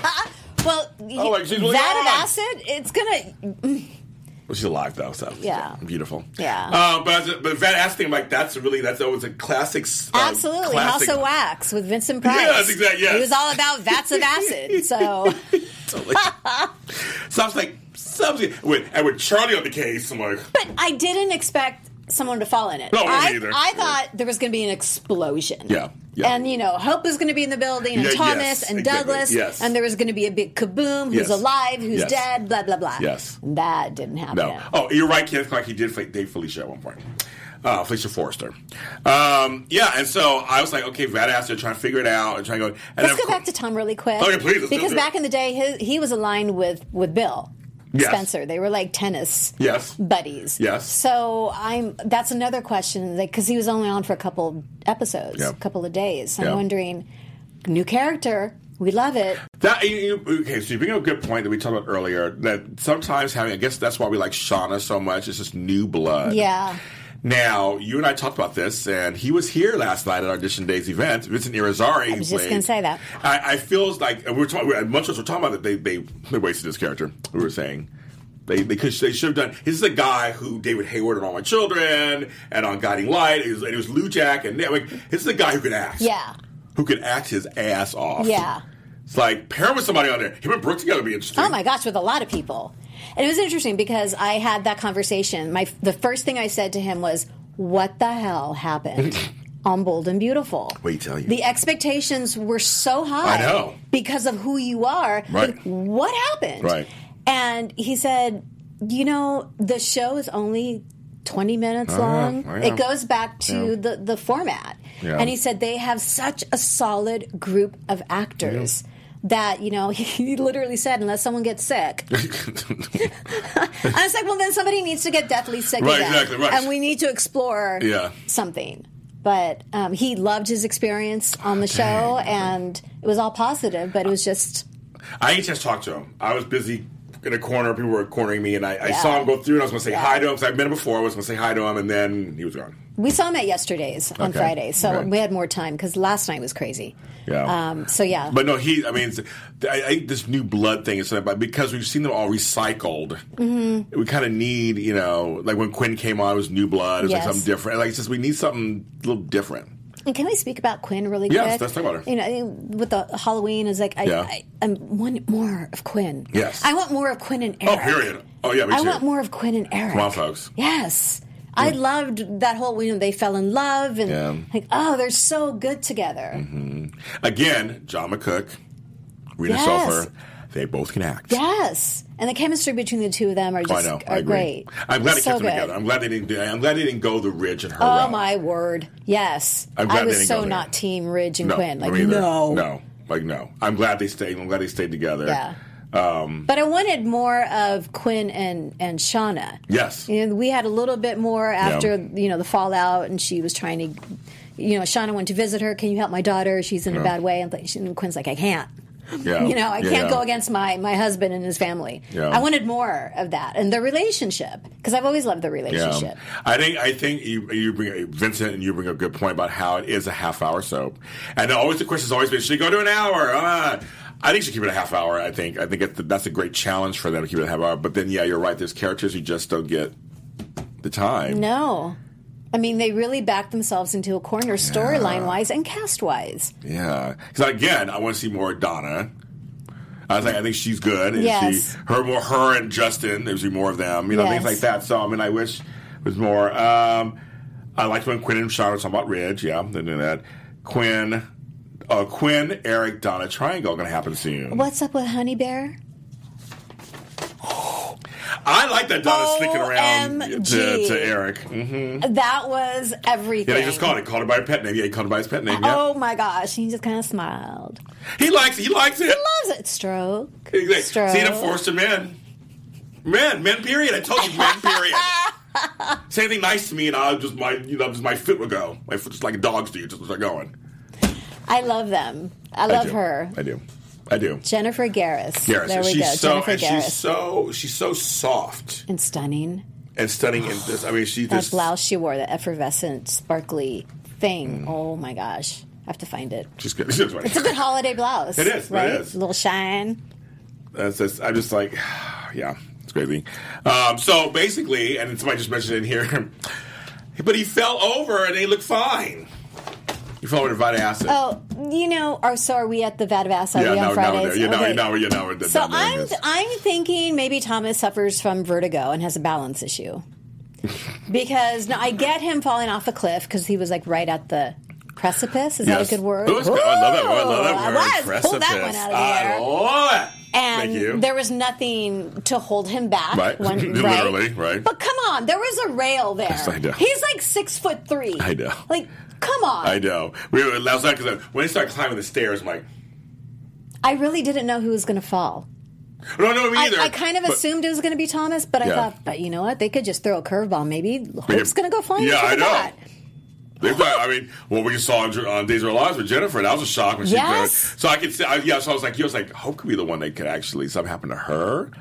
S4: Well, you,
S2: Oh, like, she's really
S4: vat
S2: on.
S4: of acid, it's going to.
S2: Well, she's alive though, so
S4: Yeah.
S2: beautiful.
S4: Yeah.
S2: Uh, but as a, but that ass thing, like that's really that's always a classic. s- Uh,
S4: Absolutely.
S2: classic-
S4: House of Wax with Vincent Price.
S2: Yes, exact- yes.
S4: It was all about vats of acid. So,
S2: So I was like, something. With and with Charlie on the case, I'm like,
S4: but I didn't expect someone to fall in it.
S2: No, me
S4: I,
S2: neither.
S4: I thought there was going to be an explosion.
S2: Yeah, yeah.
S4: And, you know, Hope was going to be in the building, and
S2: Yeah,
S4: Thomas,
S2: yes,
S4: and
S2: exactly,
S4: Douglas,
S2: yes.
S4: and there was going to be a big kaboom
S2: Yes.
S4: who's alive, who's
S2: Yes.
S4: dead, blah, blah, blah.
S2: Yes.
S4: And that didn't happen.
S2: no. Oh, you're right, Kenneth Clark. He did fa- date Felicia at one point. Uh, Felicia Forrester. Um, yeah, and so I was like, okay, that ass, they're trying to figure it out and trying to go. And
S4: Let's go back to Tom really quick.
S2: Okay, please, let's
S4: because
S2: do it.
S4: back in the day, his, he was aligned with with Bill
S2: Yes.
S4: Spencer. They were like tennis
S2: Yes.
S4: buddies.
S2: Yes.
S4: So I'm. That's another question because he was only on for a couple episodes,
S2: Yeah.
S4: a couple of days. I'm
S2: Yeah.
S4: wondering, new character. We love it.
S2: That you, you, okay? So you bring up a good point that we talked about earlier. That sometimes having, I guess that's why we like Shauna so much. It's just new blood.
S4: Yeah.
S2: Now you and I talked about this, and he was here last night at audition day's event. Vincent Irizarry. I
S4: was just gonna say that.
S2: I, I feel it's like and we were talking. we- Much as we're talking about that, they they they wasted his character. We were saying. They, they, could, they should have done. This is a guy who David Hayward and All My Children and on Guiding Light. It was, it was Lou Jack and like, this is a guy who could act.
S4: Yeah.
S2: Who could act his ass off.
S4: Yeah.
S2: It's like pair him with somebody on there. Him and Brooks together would be interesting.
S4: Oh my gosh, with a lot of people. And it was interesting because I had that conversation. My the first thing I said to him was, "What the hell happened?" On Bold and Beautiful.
S2: Wait till you-
S4: The expectations were so high
S2: I know.
S4: because of who you are.
S2: Right.
S4: Like, what happened?
S2: Right.
S4: And he said, You know, the show is only 20 minutes
S2: know,
S4: long.
S2: I know.
S4: It goes back to
S2: Yeah.
S4: the, the format.
S2: Yeah.
S4: And he said, They have such a solid group of actors. That you know, he literally said, unless someone gets sick, I was like, well, then somebody needs to get deathly sick
S2: Right,
S4: again,
S2: exactly, right.
S4: and we need to explore
S2: Yeah.
S4: something. But um, he loved his experience on the show, and it was all positive. But it was just
S2: I ain't just talked to him. I was busy in a corner. People were cornering me, and I, I
S4: Yeah.
S2: saw him go through, and I was going to say
S4: Yeah.
S2: hi to him because I've met him before. I was going to say hi to him, and then he was gone.
S4: we saw him at yesterday's on
S2: Okay.
S4: Friday, so
S2: Okay.
S4: we had more time because last night was crazy.
S2: Yeah.
S4: Um, so yeah,
S2: But no, he. I mean, it's- I I think this new blood thing is something about because we've seen them all recycled.
S4: Mm-hmm.
S2: We kind of need, you know, like when Quinn came on, it was new blood. It was
S4: Yes.
S2: like something different. Like it's just we need something a little different.
S4: And can we speak about Quinn really
S2: Yes,
S4: quick?
S2: let's talk about her.
S4: You know, I think with the Halloween is like I,
S2: Yeah.
S4: I, I want more of Quinn.
S2: Yes.
S4: I want more of Quinn and
S2: Oh,
S4: Eric.
S2: period. Oh yeah, me
S4: I
S2: too.
S4: want more of Quinn and Eric.
S2: Come on, folks.
S4: Yes. I loved that whole you know they fell in love and
S2: Yeah. Mm-hmm.
S4: like oh they're so good together.
S2: Again, John McCook, Rita
S4: Yes.
S2: Sulphur, they both can act.
S4: Yes. And the chemistry between the two of them are
S2: Oh, I
S4: just
S2: know. I
S4: are
S2: agree.
S4: great.
S2: I'm glad they
S4: so
S2: kept them
S4: good.
S2: together. I'm glad they didn't. do- I'm glad they didn't go the Ridge and her.
S4: Oh
S2: route.
S4: my word! Yes,
S2: I'm glad
S4: I
S2: they
S4: was
S2: didn't go
S4: so
S2: there.
S4: not Team Ridge and
S2: No,
S4: Quinn. Like
S2: me either.
S4: no,
S2: no, like no. I'm glad they stayed. I'm glad they stayed together.
S4: Yeah.
S2: Um,
S4: But I wanted more of Quinn and and Shauna.
S2: yes.
S4: And we had a little bit more after you know the fallout, and she was trying to, you know, Shauna went to visit her. Can you help my daughter? She's in a bad way, and, like, she- and Quinn's like, I can't.
S2: Yeah.
S4: You know, I
S2: Yeah,
S4: can't
S2: yeah.
S4: go against my my husband and his family.
S2: Yeah.
S4: I wanted more of that and the relationship because I've always loved the relationship.
S2: I think I think you you bring Vincent and you bring a good point about how it is a half hour soap, and always the question's always been should it go to an hour? Uh, I think she keep it a half hour. I think I think it's, that's a great challenge for them to keep it a half hour. But then yeah, you're right. There's characters who just don't get the time.
S4: No. I mean, they really backed themselves into a corner storyline wise and cast wise.
S2: Yeah, because again, I want to see more Donna. I think I think she's good. And
S4: Yes.
S2: she, her more her and Justin. There's more of them, you know, things
S4: Yes.
S2: like that. So I mean, I wish it was more. Um, I liked when Quinn and Sean were talking about Ridge. Yeah, they knew that. Quinn, uh, Quinn, Eric, Donna triangle going to happen soon.
S4: What's up with Honey Bear?
S2: I like that Donna sneaking around to,
S4: OMG.
S2: to Eric. hmm
S4: That was everything.
S2: Yeah, they just called it. Called it by her pet name. Yeah, he called it by his pet name. Yeah.
S4: Oh my gosh. He just kind of smiled.
S2: He likes. He likes it.
S4: Loves it. Stroke.
S2: Exactly.
S4: Stroke.
S2: See, them forced him in. Men, men, period. I told you, men, period. Say anything nice to me, and I'll just my, you know, just my foot will go. My foot, just like a dog's do, just start going.
S4: I love them. I love
S2: do.
S4: her.
S2: I do. I do.
S4: Jennifer Garris.
S2: Garrison.
S4: There we
S2: she's
S4: go.
S2: so,
S4: Jennifer
S2: and
S4: Garris.
S2: she's so, she's so soft
S4: and stunning.
S2: and stunning. And this, I mean, she
S4: That
S2: just,
S4: blouse she wore, the effervescent, sparkly thing. Oh my gosh. I have to find it.
S2: she's good. She's right.
S4: It's a good holiday blouse.
S2: It is, it
S4: Right?
S2: is.
S4: little shine.
S2: That's just, I'm just like, yeah, it's crazy. Um, so basically, and somebody just mentioned it in here, but he fell over and they look fine. He fell over to Vita acid.
S4: Oh, you know, or so are we at the Vat of Ass? Are
S2: Yeah,
S4: we on
S2: no, no,
S4: Fridays?
S2: no, you know,
S4: Okay.
S2: you know, you know.
S4: So I'm I'm thinking maybe Thomas suffers from vertigo and has a balance issue. because no, I get him falling off a cliff because he was like right at the precipice. Is
S2: Yes.
S4: that a good word?
S2: It was good. I love that word. I love
S4: Ooh,
S2: that
S4: I
S2: word.
S4: was. Pull that one out of the air.
S2: I love it.
S4: and
S2: Thank you.
S4: there was nothing to hold him back.
S2: Right. Literally, right.
S4: But come on, there was a rail there.
S2: Yes, I know.
S4: He's like six foot three.
S2: I know.
S4: Like, come on.
S2: I
S4: I,
S2: know. We were last night because uh, when they started climbing the stairs, I'm like,
S4: really didn't know who was going to fall.
S2: no, no, me
S4: I,
S2: either.
S4: I kind of
S2: But-
S4: assumed it was going to be Thomas, but I
S2: Yeah.
S4: thought, but you know what? They could just throw a curveball. Maybe Hope's going to go flying.
S2: Yeah,
S4: into the
S2: I know.
S4: bat.
S2: They thought- I mean, what we saw on, on Days of Our Lives with Jennifer, that was a shock when she
S4: Yes.
S2: could. So I could say, I, yeah, so I was like, you was like, Hope could be the one that could actually, something happen to her.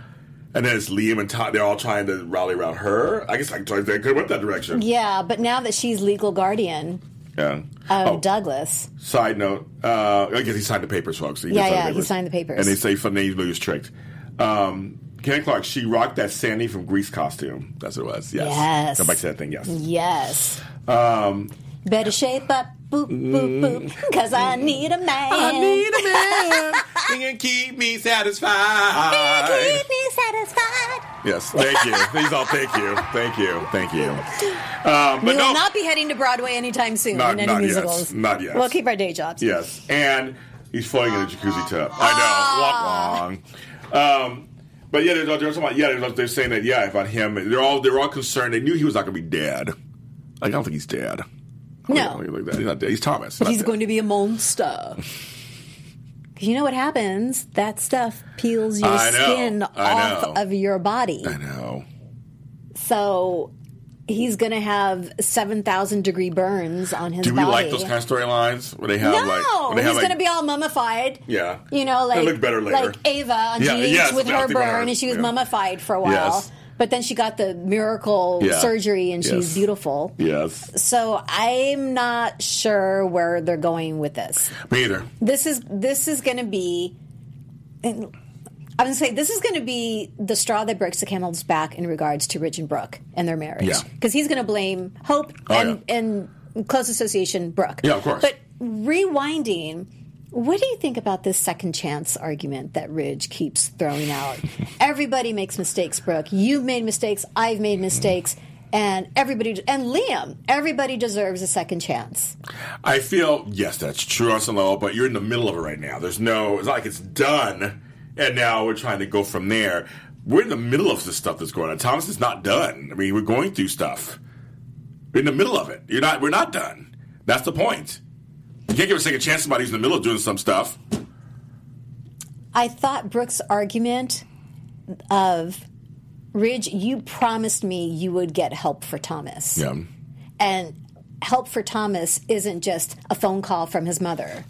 S2: And then it's Liam and Todd, they're all trying to rally around her. I guess like, they could have went that direction.
S4: Yeah, Um, but now that she's legal guardian
S2: Yeah.
S4: of
S2: Oh,
S4: Douglas,
S2: Side note, uh, I guess he signed the papers, folks. He did
S4: Yeah,
S2: sign
S4: yeah, he signed the papers.
S2: And they say for names, he was tricked. Um, Ken Clark, she rocked that Sandy from Grease costume. That's what it was. Yes.
S4: Yes. Mm-hmm.
S2: Come back to that thing. Yes.
S4: yes,
S2: Um,
S4: better shape up, boop boop boop, because I need a man.
S2: Mm. I need a man. he can keep me satisfied.
S4: Keep me satisfied.
S2: yes. Thank you. Please all thank you. Thank you. Thank you. Um, but
S4: We
S2: no.
S4: will not be heading to Broadway anytime soon
S2: Not-
S4: in any
S2: not yet.
S4: musicals.
S2: Not yet.
S4: We'll keep our day jobs.
S2: Yes, and he's floating in a jacuzzi tub.
S4: Ah.
S2: I know, walk long. Um, but yeah, they're, they're talking about yeah, they're, they're saying that yeah about him. They're all they're all concerned. They knew he was not going to be dead. Like, I don't think he's dead.
S4: No.
S2: Like, like that. he's not dead. He's Thomas.
S4: But he's going to be a monster. 'Cause You know what happens? That stuff peels your
S2: I know.
S4: skin
S2: I
S4: off
S2: know. Uh.
S4: of your body.
S2: I know.
S4: So he's going to have 7,000 degree burns on his
S2: Do we
S4: body.
S2: like those kind of storylines where they have
S4: no,
S2: like where they
S4: he's
S2: have, like,
S4: going to be all mummified.
S2: Yeah.
S4: you know,
S2: They
S4: like
S2: look better later.
S4: like Ava on
S2: Yeah,
S4: Jeeves
S2: yes,
S4: with
S2: I
S4: her
S2: think about her.
S4: burn, and she was
S2: Yeah.
S4: mummified for a while.
S2: Yes.
S4: But then she got the miracle
S2: Yeah.
S4: surgery, and
S2: Yes.
S4: she's beautiful.
S2: yes.
S4: So I'm not sure where they're going with this.
S2: Me either.
S4: This is this is going to be. and I'm going to say this is going to be the straw that breaks the camel's back in regards to Rich and Brooke and their marriage.
S2: Yeah.
S4: Because he's going to blame Hope
S2: Oh,
S4: and,
S2: yeah.
S4: and close association Brooke.
S2: Yeah, of course.
S4: But rewinding, what do you think about this second chance argument that Ridge keeps throwing out? everybody makes mistakes, Brooke. You've made mistakes. I've made mistakes. And everybody, and Liam, everybody deserves a second chance.
S2: I feel yes, that's true on some level, but you're in the middle of it right now. There's no, it's not like it's done, and now we're trying to go from there. We're in the middle of the stuff that's going on. Thomas is not done. I mean, we're going through stuff. We're in the middle of it. You're not. We're not done. That's the point. You can't give a second chance to somebody who's in the middle of doing some stuff.
S4: I thought Brooke's argument of Ridge, you promised me you would get help for Thomas.
S2: Yeah.
S4: And help for Thomas isn't just a phone call from his mother.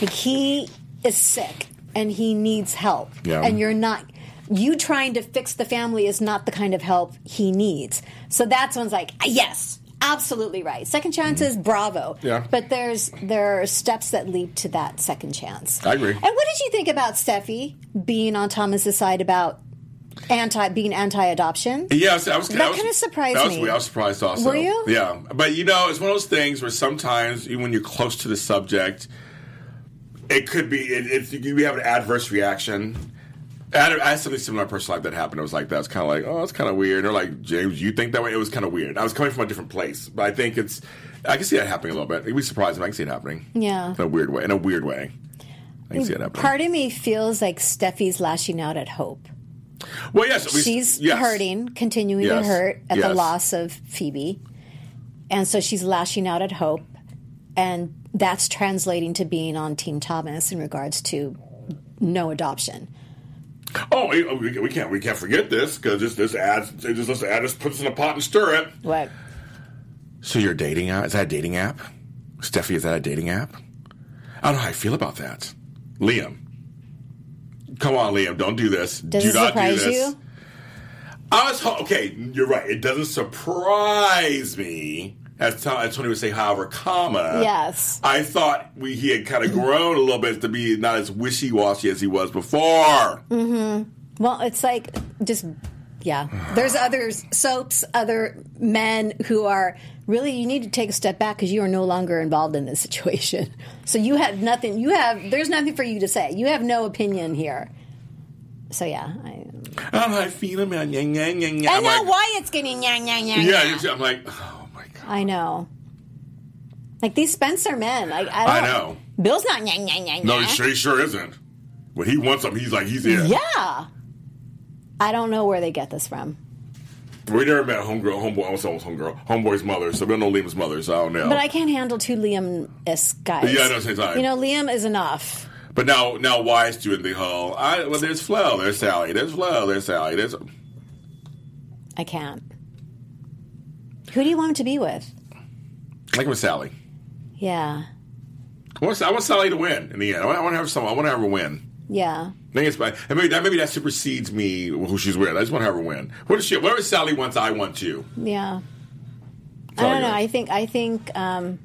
S4: Like he is sick and he needs help.
S2: Yeah.
S4: And you're not you trying to fix the family is not the kind of help he needs. So that's one's like, yes, absolutely right. Second chances, bravo.
S2: Yeah.
S4: But there's there are steps that lead to that second chance.
S2: I agree.
S4: And what did you think about Steffi being on Thomas's side about anti being anti-adoption.
S2: Yes, I was.
S4: That
S2: I was-
S4: kinda surprised
S2: that was
S4: me.
S2: weird. I was surprised also.
S4: Were you?
S2: Yeah, but you know, it's one of those things where sometimes you- when you're close to the subject, it could be it, it's you have an adverse reaction. I had, I had something similar in my personal life that happened. I was like, that's kind of like, oh, that's kind of weird. They're like, James, you think that way? It was kind of weird. I was coming from a different place, but I think it's, I can see that happening a little bit. It'd be surprising. but I can see it happening.
S4: Yeah.
S2: In a weird way. In a weird way. I can see it happening.
S4: Part of me feels like Steffi's lashing out at Hope.
S2: well, yes. we-
S4: She's
S2: yes.
S4: hurting, continuing
S2: Yes.
S4: to hurt at the
S2: Yes.
S4: loss of Phoebe. And so she's lashing out at Hope. And that's translating to being on Team Thomas in regards to no adoption.
S2: Oh, we, we we can't we can't forget this because this this adds this this add this puts us in a pot and stir it.
S4: What?
S2: So you're dating app? Is that a dating app? Steffi, is that a dating app? I don't know how I feel about that. Liam, come on, Liam, don't do this.
S4: Does
S2: do
S4: it
S2: not
S4: surprise
S2: do this.
S4: you?
S2: I was ho- okay. You're right. It doesn't surprise me. As, Tom, as Tony would say, however, comma.
S4: Yes.
S2: I thought we, he had kind of grown a little bit to be not as wishy washy as he was before.
S4: Well, it's like just yeah. There's other soaps, other men who are really you need to take a step back because you are no longer involved in this situation. So you have nothing. You have there's nothing for you to say. You have no opinion here. So yeah, I,
S2: I don't know how I feel about it. Yang, yang, yang, yang.
S4: I
S2: I'm
S4: know
S2: like-
S4: why it's getting yang yang yang.
S2: Yeah,
S4: yang.
S2: you too. I'm like, oh my god.
S4: I know. Like these Spencer men, like I,
S2: I
S4: don't,
S2: know.
S4: Bill's not yang yang yang.
S2: No,
S4: yang.
S2: he sure, he sure isn't. When he wants something, he's like, he's in.
S4: yeah. I don't know where they get this from.
S2: We never met homegirl, homeboy, almost almost homegirl, homeboy's mother. So we don't know Liam's mother, so I don't know.
S4: But I can't handle two Liam esque guys.
S2: Oh. Yeah, I know, same time.
S4: You know, Liam is enough.
S2: But now, now why is doing the whole? I, well, there's Flo, there's Sally, there's Flo, there's Sally, there's.
S4: I can't. Who do you want him to be with?
S2: Like with Sally,
S4: Yeah.
S2: I want, I want Sally to win in the end. I want, I want to have some. I want to have her win.
S4: Yeah.
S2: I think it's, and maybe that maybe that supersedes me who she's with. I just want to have her win. What is she? Whatever Sally wants, I want you.
S4: Yeah. I
S2: all
S4: don't know.
S2: good.
S4: I think, I think, um,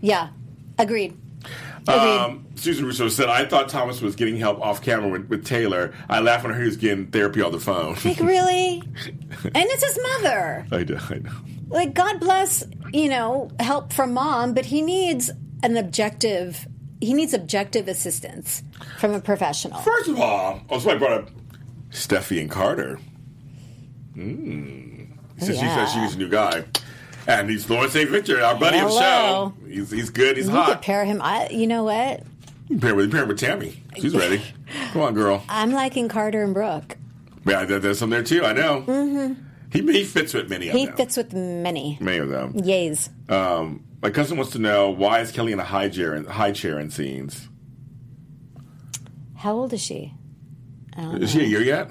S4: yeah. Agreed.
S2: Um, Susan Russo said, "I thought Thomas was getting help off camera with, with Taylor. I laughed when I heard he was getting therapy on the phone."
S4: Like, really? and it's his mother.
S2: I know, I know.
S4: Like, God bless, you know, help from mom, but he needs an objective, he needs objective assistance from a professional.
S2: First of all, oh, somebody brought up Steffi and Carter. Mm. Since
S4: Yeah.
S2: she said she's a new guy. And he's Lawrence St. Victor, our buddy
S4: Hello.
S2: of the show. He's, he's good, he's
S4: You could
S2: hot. Pair-,
S4: pair him. I, you know what?
S2: with, pair him with Tammy. She's ready. Come on, girl.
S4: I'm liking Carter and Brooke.
S2: Yeah, there- there's some there too, I know. Mm-hmm. He, he fits with many of
S4: He
S2: them.
S4: fits with many.
S2: many of them.
S4: Yays.
S2: Um, my cousin wants to know why is Kelly in a high chair, high chair in scenes?
S4: How old is she?
S2: Is she a year yet?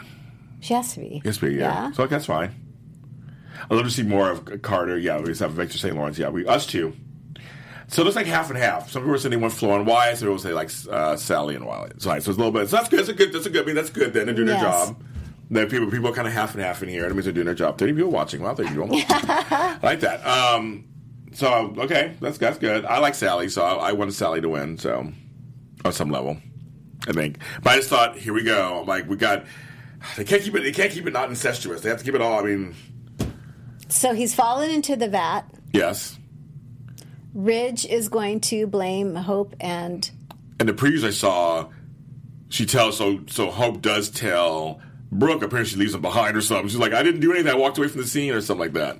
S4: She has to be.
S2: Yes, we yeah.
S4: Yeah.
S2: So that's fine. I'd love to see more of Carter. Yeah, we just have Victor St. Lawrence. Yeah, we us two. So it looks like half and half. Some people are saying they want Flo and Wyatt. Some people say like uh, Sally and Wyatt. So, so it's a little bit. So that's good. That's a good. That's a good. I mean, that's good. Then they're doing their
S4: Yes.
S2: job. That people people are kind of half and half in here. That means they're doing their job. Thirty people watching. Wow, thirty people. I like that. Um, so okay, that's that's good. I like Sally, so I, I wanted Sally to win. So on some level, I think. But I just thought, here we go. Like we got. They can't keep it. They can't keep it not incestuous. They have to keep it all. I mean,
S4: So he's fallen into the vat.
S2: yes.
S4: Ridge is going to blame Hope and
S2: in the previews I saw, she tells so so Hope does tell Brooke. Apparently, she leaves him behind or something. She's like, "I didn't do anything. I walked away from the scene or something like that."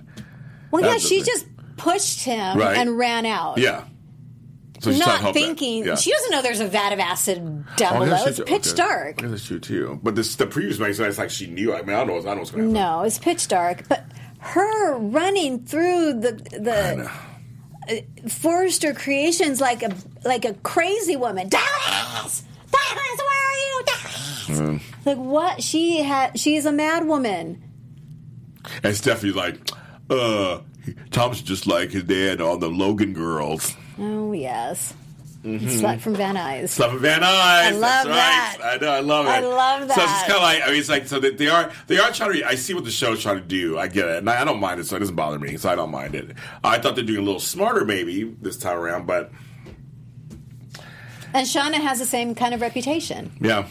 S4: well, yeah,
S2: That's the
S4: she
S2: thing.
S4: just pushed him
S2: Right.
S4: and ran out.
S2: Yeah. So she's telling
S4: Oh, Not
S2: Hope that.
S4: thinking
S2: Yeah.
S4: she doesn't know there's a vat of acid down
S2: Oh, I guess
S4: below.
S2: she
S4: It's
S2: do-
S4: pitch
S2: okay.
S4: dark.
S2: I guess that's true too. But this the previews makes it like she knew. I mean, I don't know. I don't know what's going to happen.
S4: No, it's pitch dark. But her running through the the Forrester creations like a like a crazy woman. Dallas, Dallas, where are you, Dallas? Like what? She had. She's a mad woman.
S2: And Steffi's like, "Uh, Tom's just like his dad on the Logan girls."
S4: Oh yes,
S2: Mm-hmm.
S4: slut from Van Nuys.
S2: Stuff of Van Nuys. I
S4: love that.
S2: I know. I love it.
S4: I love
S2: So it's
S4: that.
S2: kind of like I mean, it's like so that they are they are trying to. I see what the show's trying to do. I get it, and I, I don't mind it. So it doesn't bother me. So I don't mind it. I thought they're doing a little smarter maybe this time around, but
S4: And Shauna has the same kind of reputation
S2: yeah,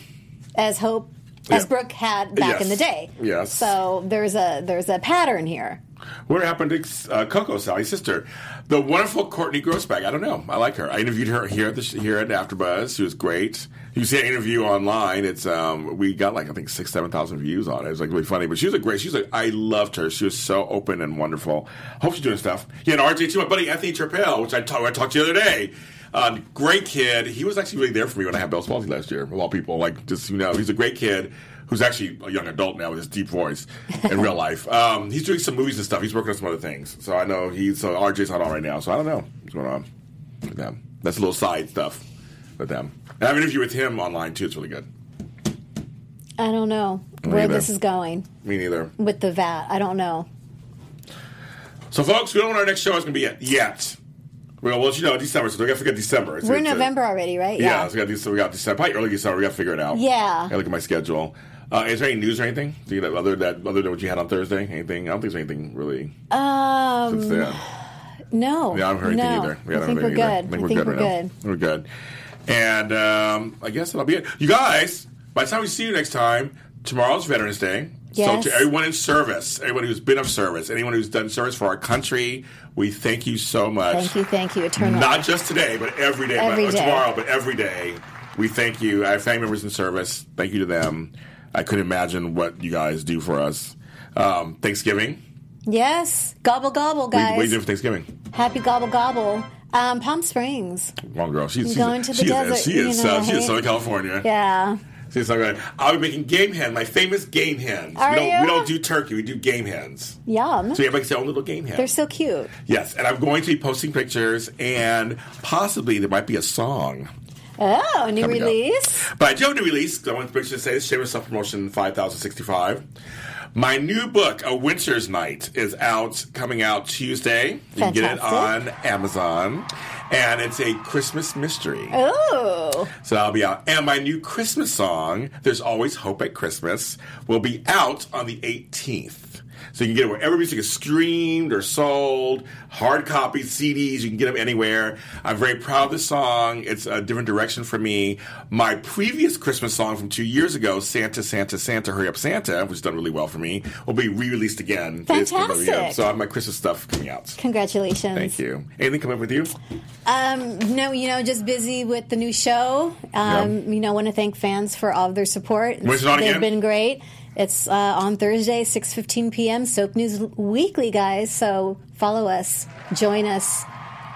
S4: as Hope as
S2: Yeah.
S4: Brooke had
S2: Yes.
S4: back in the day.
S2: Yes.
S4: So there's a there's a pattern here.
S2: What happened to uh, Coco, Sally's sister? The wonderful Courtney Grossback. I don't know. I like her. I interviewed her here at the sh- here at AfterBuzz. She was great. You see an interview online. It's um we got like I think six seven thousand views on it. It was like really funny. But she was a great. She was like I loved her. She was so open and wonderful. Hope she's doing stuff. Yeah, and RJ too. My buddy Anthony Trappell, which I talked I talked to the other day. Uh, great kid. He was actually really there for me when I had Bell's palsy last year. Of all people, like just you know, he's a great kid who's actually a young adult now with his deep voice in real life. Um, he's doing some movies and stuff. He's working on some other things. So I know he's so RJ's not on right now. So I don't know what's going on with them. That's a little side stuff with them. And I have an interview with him online too. It's really good.
S4: I don't know where
S2: either.
S4: this is going
S2: Me neither.
S4: with the vat. I don't know.
S2: So folks, we don't know when our next show is going to be yet. Yet. We're gonna let you know in December. So don't gotta forget December. It's-
S4: We're in
S2: it's a-
S4: November already, right?
S2: Yeah, so we got these. So we got December, probably early December. We got to figure it out.
S4: Yeah.
S2: I gotta look at my schedule. Uh, is there any news or anything? Do you that other that other than what you had on Thursday? Anything? I don't think there's anything really.
S4: Um,
S2: since then.
S4: no.
S2: Yeah, I haven't heard anything
S4: no.
S2: either.
S4: I,
S2: don't have
S4: think we're
S2: anything
S4: good.
S2: either.
S4: I think we're
S2: right
S4: good.
S2: now. We're good. And um, I guess that'll be it. You guys, by the time we see you next time, tomorrow's Veterans Day.
S4: Yes.
S2: So to everyone in service, everyone who's been of service, anyone who's done service for our country, we thank you so much.
S4: Thank you, thank you, eternal.
S2: Not just today, but every day,
S4: Every
S2: but, or
S4: day.
S2: tomorrow, but every day. We thank you. Our family members in service, thank you to them. I couldn't imagine what you guys do for us. Um, Thanksgiving.
S4: yes, gobble gobble,
S2: We, what
S4: guys.
S2: you doing for Thanksgiving?
S4: Happy gobble gobble. Um, Palm Springs.
S2: One girl. She's she's-
S4: Going to the
S2: she is-
S4: desert,
S2: She is.
S4: you know,
S2: uh, she
S4: right?
S2: is Southern California.
S4: Yeah.
S2: She's so good. I'll be making game hen. My famous game hens.
S4: Are
S2: we don't.
S4: you?
S2: We don't do turkey. We do game hens.
S4: Yum.
S2: So everybody gets their own little game hen.
S4: They're so cute.
S2: yes, and I'm going to be posting pictures, and possibly there might be a song.
S4: Oh, new
S2: we go.
S4: release.
S2: But I do have a new release. 'cause I want the picture to say this. Shameless self promotion five thousand sixty five. My new book, A Winter's Night, is out, coming out Tuesday. You can get it on
S4: Fantastic.
S2: Amazon. And it's a Christmas mystery.
S4: Oh,
S2: So that'll be out. And my new Christmas song, There's Always Hope at Christmas, will be out on the 18th. So you can get it wherever music is streamed or sold, hard copy CDs, you can get them anywhere. I'm very proud of this song. It's a different direction for me. My previous Christmas song from two years ago, Santa, Santa, Santa, Hurry Up Santa, which has done really well for me, will be re-released again. It's-
S4: Fantastic.
S2: So I have my Christmas stuff coming out.
S4: congratulations.
S2: Thank you. Anything coming up with you?
S4: Um, no, you know, just busy with the new show. Um,
S2: Yeah.
S4: You know, want to thank fans for all of their support.
S2: When's it on
S4: They've
S2: again?
S4: been great. It's uh, on Thursday, six fifteen p.m. Soap News Weekly, guys. So follow us, join us.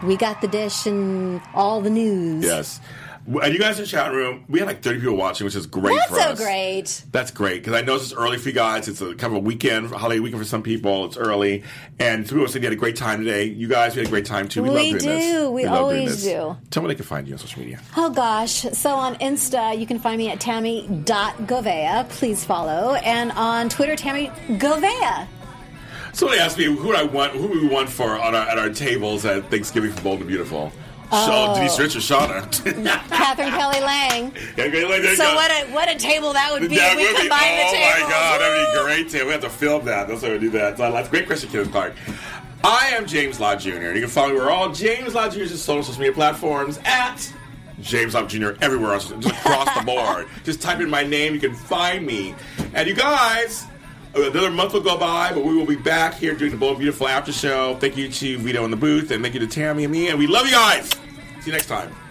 S4: We got the dish and all the news.
S2: Yes. And you guys in the chat room, we had like 30 people watching, which is great
S4: That's
S2: for
S4: so
S2: us.
S4: great.
S2: That's great because I know this is early for you guys. It's a kind of a weekend, a holiday weekend for some people. It's early, and some people said you had a great time today. You guys, we had a great time too. We, love
S4: We
S2: doing
S4: do.
S2: this.
S4: We
S2: love doing
S4: always
S2: this.
S4: do.
S2: Tell me they can find you on social media.
S4: Oh gosh. So on Insta, you can find me at tammy.govea. Please follow. And on Twitter, Tammy Govea.
S2: Somebody asked me who would I want, who we want for on our, at our tables at Thanksgiving for Bold and Beautiful. Oh. Denise Rich or Shauna.
S4: Catherine Kelly Lang.
S2: Yeah, great, there you
S4: So
S2: go.
S4: what a what a table that would be
S2: That
S4: if we
S2: would be-
S4: combined
S2: oh
S4: the tables.
S2: my god, that'd be
S4: Woo!
S2: great too. We have to film that. That's how we do that. So that's a great question, Kim Clark. I am James Law Jr. and You can follow me where all James Law Jr.'s social media platforms at James Law Jr. everywhere else, just across the board. Just type in my name, you can find me. And you guys, another month will go by, but we will be back here doing the Bold Beautiful After Show. Thank you to Vito in the booth, and thank you to Tammy and me, and we love you guys. See you next time.